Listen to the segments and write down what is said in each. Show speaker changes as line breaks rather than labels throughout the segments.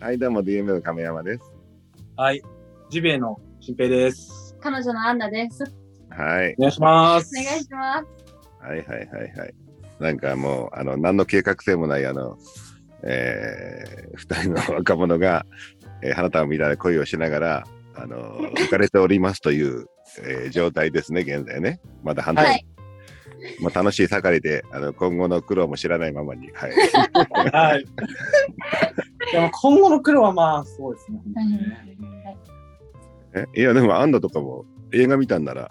はい、どうも DM の亀山です。
はい。ジビエの新平です。
彼女のアンナです。
はい
お、願いします。
お願いします。
はい、はい、はい、はい。なんかもう、あの、何の計画性もない、あの、えー、二人の若者が、えー、花束みたいな恋をしながら、あの、浮かれておりますという、えー状態ですね、現在ね。まだ半年、
はい。
まあ、楽しい盛りで、あの、今後の苦労も知らないままに、はい。
はい。でも今後の苦労はまあそうですね。
えいや、でも、アンダとかも映画見たんなら、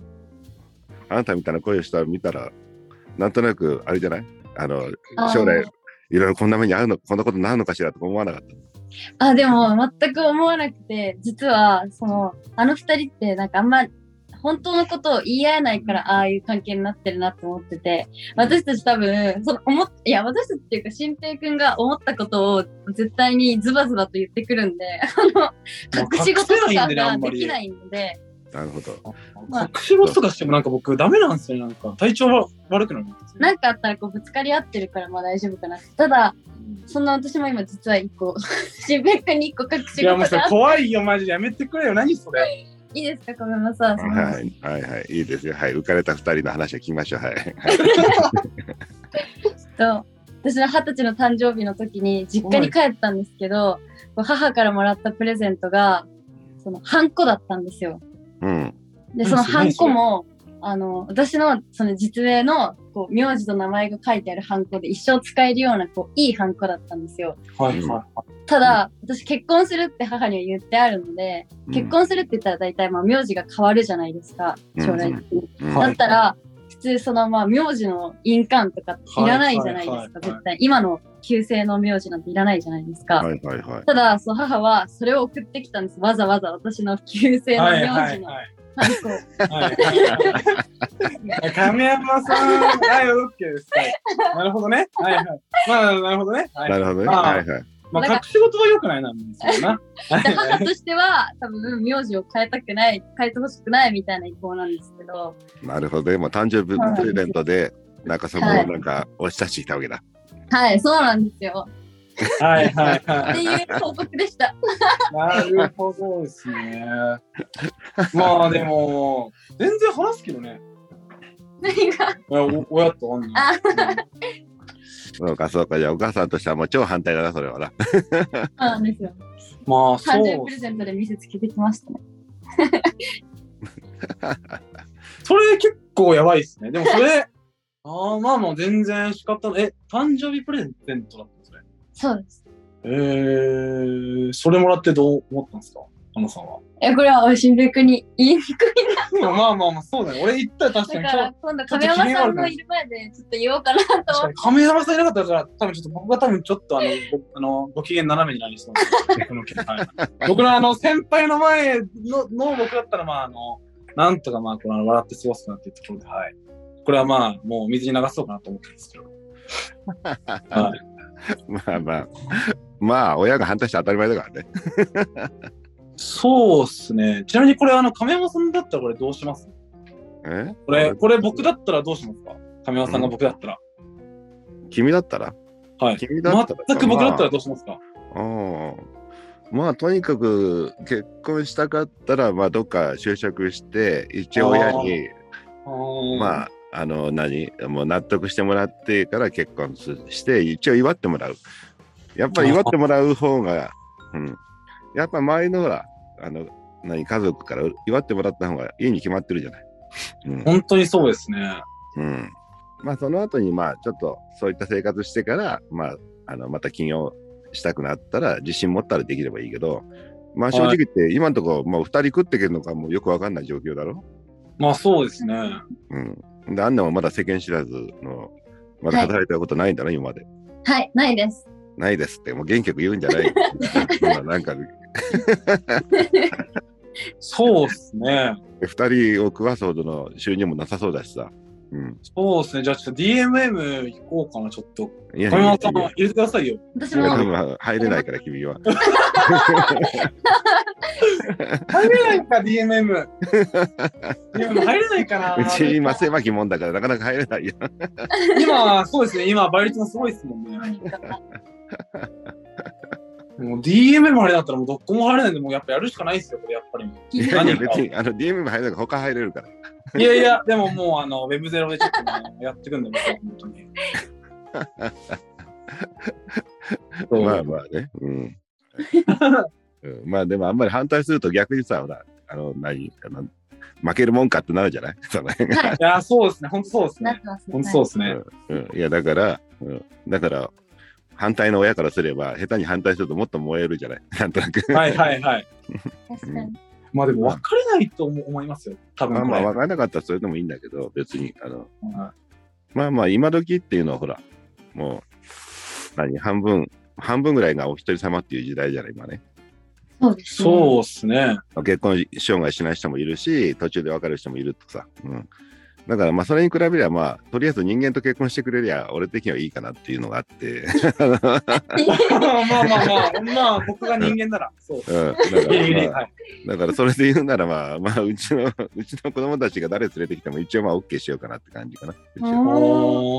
あなたみたいな恋をしたら見たら、なんとなく、あれじゃないあの、
あー
将来、いろいろこんな目に遭うの、こんなことになるのかしらとか思わなかった。
あ、でも全く思わなくて、実は、その、あの二人ってなんかあんま、本当のことを言い合えないから、ああいう関係になってるなと思ってて、私たち多分、その思っ、いや、私たちっていうか、新平くんが思ったことを絶対にズバズバと言ってくるんで、あの、隠し事とかができないので、
なるほど。
まあ
隠し事とかしてもなんか僕ダメなんですよね。なんか体調が悪くなるんですよ
なんかあったらこうぶつかり合ってるからまあ大丈夫かな。ただ、そんな私も今実は一個、 新聞君に一個隠し
いやもう
事
それ
があっ
怖いよマジでやめてくれよ何それ。
いいですか、ごめんなさい。その
はい、はい、はい、いいですよ。はい、浮かれた二人の話を聞きましょう。はい。
と私の二十歳の誕生日の時に実家に帰ったんですけど、こう母からもらったプレゼントが、そのハンコだったんですよ。
うん。
で、
うん
そのハンコも、あの、私のその実名のこう名字と名前が書いてあるハンコで一生使えるようなこういいハンコだったんですよ。
はいはいはい。
ただ、私結婚するって母には言ってあるので、結婚するって言ったら大体まあ名字が変わるじゃないですか、
うん
将来的に。
うん、
は
だ
い
ったら、普通そのまあ名字の印鑑とかいらないじゃない
はい
です
は
か、
いはい
絶対。今の旧姓の名字なんていらないじゃないですか。
はい、はい、はい。
ただ、その母はそれを送ってきたんです。わざわざ私の旧姓の
はい
名
は
字
い
の
はい。
ハンコを。
はい。亀山さん、はい、オッケーです。はいなるほどね。はいはい。まあ、なるほどね。は。
ないるほどね。
あー
はい、はい。
まあ、隠し事は良くないなんですよな。
で母としては、多分名字を変えたくない、 変えてほしくないみたいな意向なんですけど、
なるほどね。もう誕生
はい
日プレゼントで、なんかそこを
はい
なんか押し出してきたわけだ。
はい、そうなんですよ。
はいはいは
っ
い。
ていう報告 でした。
なるほどですね。まあでも、全然話すけどね。
何が
いやお親と女。
あ
そうか、そうか。じゃあ、お母さんとしてはもう超反対だな、それはな。
そうなんですよ。
まあ
誕生
そ
日
う
プ。レゼントで見せつけてきましたね。
それ結構やばいですね。でもそれ、ああまあまあ全然仕方ない。え、誕生日プレゼントだったんですね。
そうです。
えー、それもらってどう思ったんですかアナさんは。
え、これは新平君に言いにくい
まあまあまあまあ、そうだね。俺言ったら確か
だ
に
か
ちょ
ら、今度亀山さんのいる前でちょっと言おうかなと
確
思
か
って。
に亀山さんいなかったから、多分ちょっと僕が多分ちょっとあの、ごあのご機嫌斜めになりそうなんでこの件はい僕のあの、先輩の前のの僕だったら、まああの、なんとかまあ、この笑って過ごすかなっていうところで、はい。これはまあ、もう水に流そうかなと思ってるんですけど。はい
まあまあ。まあ、親が反対して当たり前だからね。
そうっすね。ちなみにこれ、あの、亀山さんだったらこれどうします
え
これ、これ僕だったらどうしますか亀山さんが僕だったら。
君だったら
はい。
君だったら
全く僕だったらどうしますか
うんまあとにかく結婚したかったらまあどっか就職して一応親にま
まあ
ああの何もう納得してもらってから結婚すして一応祝ってもらうやっぱり祝ってもらう方が、うん、やっぱ周りのほらあの何家族から祝ってもらった方がいいに決まってるじゃない、うん
ー、本当にそうですね。
うん、まあその後にまあちょっとそういった生活してから、まあ、あのまた起業したくなったら自信持ったらできればいいけどまあ正直言って今のところもう2人食ってけるのかもうよくわかんない状況だろ、
まあそうですね。
うん、であんなもまだ世間知らずのまだ働いたことないんだろ、今まで
はい、ないです。
ないですってもう元気よく言うんじゃ ない今なんか
そうですね。
2人を食わすほどの収入もなさそうだしさ、うん、
そうですね。じゃあちょっと DMM 行こうかな、ちょっと。
いやい
亀
やい
山さん、
や
入れてくださ いよ。
私
いや多
も、
分入れないから君 は
入れないか、DMM。DMM 入れ ないかな
う。ち今狭きもんだからなかなか入れないよ
今、そうですね。今、倍率がすごいですもんね。
なんか
うんもう DM も入れなかったらもうどこも入れないんで、もうやっぱやるしかないですよ、これやっぱり。
い
聞いて
や
た
いや、
何か
別に、あの、DM も入れないから他入れるから。
いやいや、でももうあの、ウェブゼロでちょっとね、やってくんで、僕は本当に。そう
まあまあね。 うん。うんまあでも、あんまり反対すると逆にさ、ほら、あの、何、あの負けるもんかってなるじゃない その辺が。
いや、そうですね、本当そうです
なっ
ね。
てますね。
本当そう
う
ですね。
うん、いや、だから、うん、だから、反対の親からすれば、下手に反対するともっと燃えるじゃない なんとなく。
はいは いはい。
確かに。
まあでも分かれないと思思いますよ、多
まあ
分こ
まあ、
れ。
分からなかったらそれでもいいんだけど、別に、あの、
は
まあまあ、今時っていうのは、ほら、もう、何、半分、半分ぐらいがお一人様っていう時代じゃない、今ね。
そうで
い
すね。
そうですね。
結婚生涯しない人もいるし、途中で別れる人もいるとさ。うん。だから、まあ、それに比べれば、まあ、とりあえず人間と結婚してくれりゃ、俺的にはいいかなっていうのがあって、
まあまあまあ、まあ僕が人間な ら、そう。
うん。だか
ギリギリ
ら、まあ
は、い。
だからそれで言うなら、まあ、まあ、うちの、うちの子供たちが誰連れてきても、一応まあ、OK しようかなって感じかな。一応
うん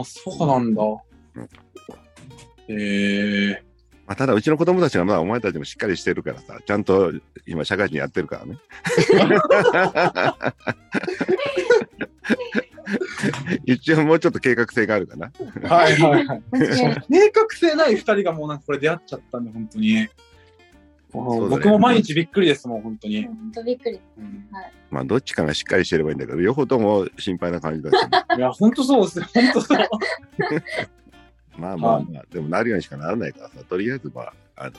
おー、そうなんだ
ん。
ええ
まあ、ただ、うちの子供たちが、まあ、お前たちもしっかりしてるからさ、ちゃんと今、社会人やってるから ね。 一応、もうちょっと計画性があるかな。
ー。はいはいはい。
確かに。
計画性ない二人がもうなんかこれ出会っちゃったんで、本当に。
そうだね
僕も毎日びっくりですもん、本当に。
本当びっくり。
うん
まあ、どっちかがしっかりしてればいいんだけど、両方とも心配な感じだ し、
いや、本当そうですよ、本当そう。
まあまあ
は
まあ、でもなるようにしかならないからさ、とりあえず、まあ、あの、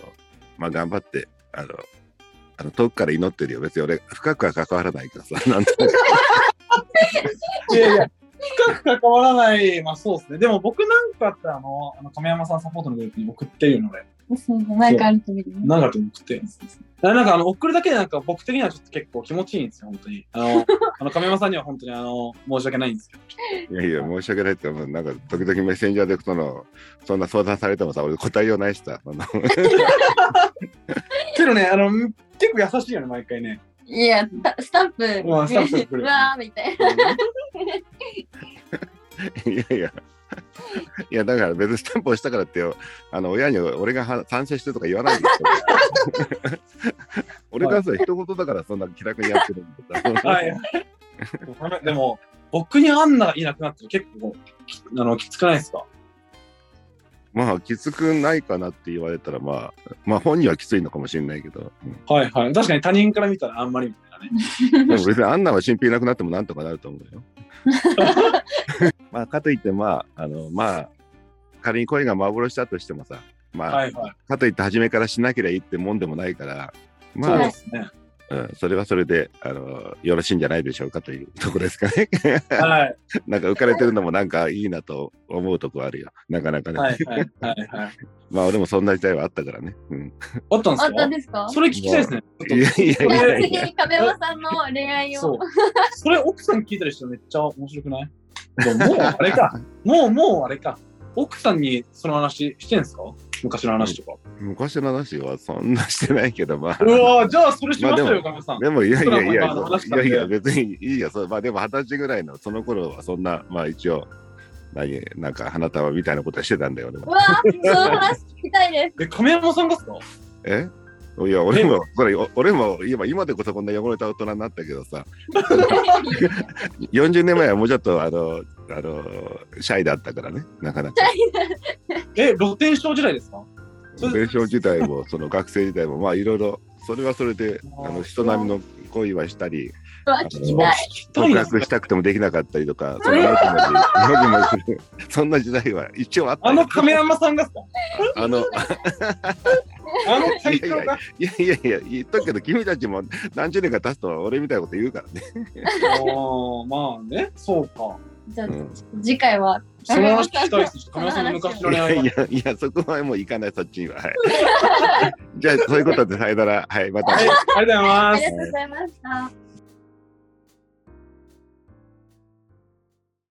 まあ、頑張って、あの、あの遠くから祈ってるよ。別に俺、深くは関わらないから さ、なんとなく。
いやいや、深く関わらない、まあそうですね。でも僕なんかあったらあの、あの亀山さんサポートのグループに送ってるので、
なんかあると見るね。
なんかと送って。あれなんかあの送るだけでなんか僕的にはちょっと結構気持ちいいんですよ、本当に。あの、 あの亀山さんには本当にあの、申し訳ないんですけど。
いやいや、申し訳ないって思う。なんか、時々メッセンジャーで、その、そんな相談されてもさ、俺答えようないしさ、あの
けどね、あの、結構優しいよね、毎回ね。
いや、たスタンプ。
うわスタンプ送る
うわーみたい
いやいや。いや、だから別にスタンプ押したからってよ、あの、親に俺がは賛成してとか言わない でよ。俺からすれば一言だから、そんな気楽にやってるんだけど
はい。でも、僕にアンナがいなくなってる結構きあのきつくないですか
まあきつくないかなって言われたらまあまあ本人はきついのかもしれないけど、 うん
はいはい。確かに他人から見たらあんまりみたいなね。
でも別にあんなは新品なくなってもなんとかなると思 うよ。まあかといってまああのまあ仮に恋が幻だとしてもさまあ、
はいはい。
かといって初めからしなければいいってもんでもないから
そう
ま
で
あ
すね。
そ,、うん、それはそれであのよろしいんじゃないでしょうかというところですかね。
はい
なんか浮かれてるのもなんかいいなと思うとこあるよなかなかね。
はいはいはいはい。
まあでもそんな時代はあったからね。うん
あったん
な。あったん
で
ですか
すかそれ聞きたいですね。
いやいや
い
い
や
やい
次
や。
に亀山さんの恋愛
そう
を。。
それ奥さん聞いたりしたらめっちゃ面白くないでももうあ れか。もうもうあれか。奥さんにその話してんすか昔の話とか。
昔の話はそんなしてないけど、まあ
う。わーじゃあそれしましょうよ、
ま
亀さん。
でも、いやいやいや、い
僕
や
らも今話したんで
いや、別にいいよ。そうまあ、でも、二十歳ぐらいの、その頃は、そんな、まあ、一応、何、なんか、花束みたいなことはしてたんだよ、俺
う
は。
わーその話聞きたいです。
え、亀山さんがっすか
えいや、俺も、これ、お俺も、今、今でこそこんな汚れた大人になったけどさ、40年前はもうちょっと、あの、あの、シャイだったからね、なかな か。
え、露天商時代ですかそれ
青少時代も、その学生時代も、まあ、いろいろ、それはそれで、あの、人並みの恋はしたり、
うわ
あ
聞
の
きたい。
どう
告
なん
白したくてもできなかったりとか、そのもじもじ、もじも じ、そんな時代は一応あった
あ
よ。
の亀山さんがっすか
あの、
あの会長が。
いやいやいや、言っとくけど、君たちも何十年か経つと俺みたいなこと言うからね。
ああ、まあね、そうか。
じゃあ
うん
次回は。
その話聞きたいです。亀山さんの昔
い
の恋
や
愛
い
話。
やいや、そこはもう行かない、そっちには。はい、 じゃあ、そういうことでさよなら。はい、また。
はい、ありがとうござい
あ
ます
り。がとうございました。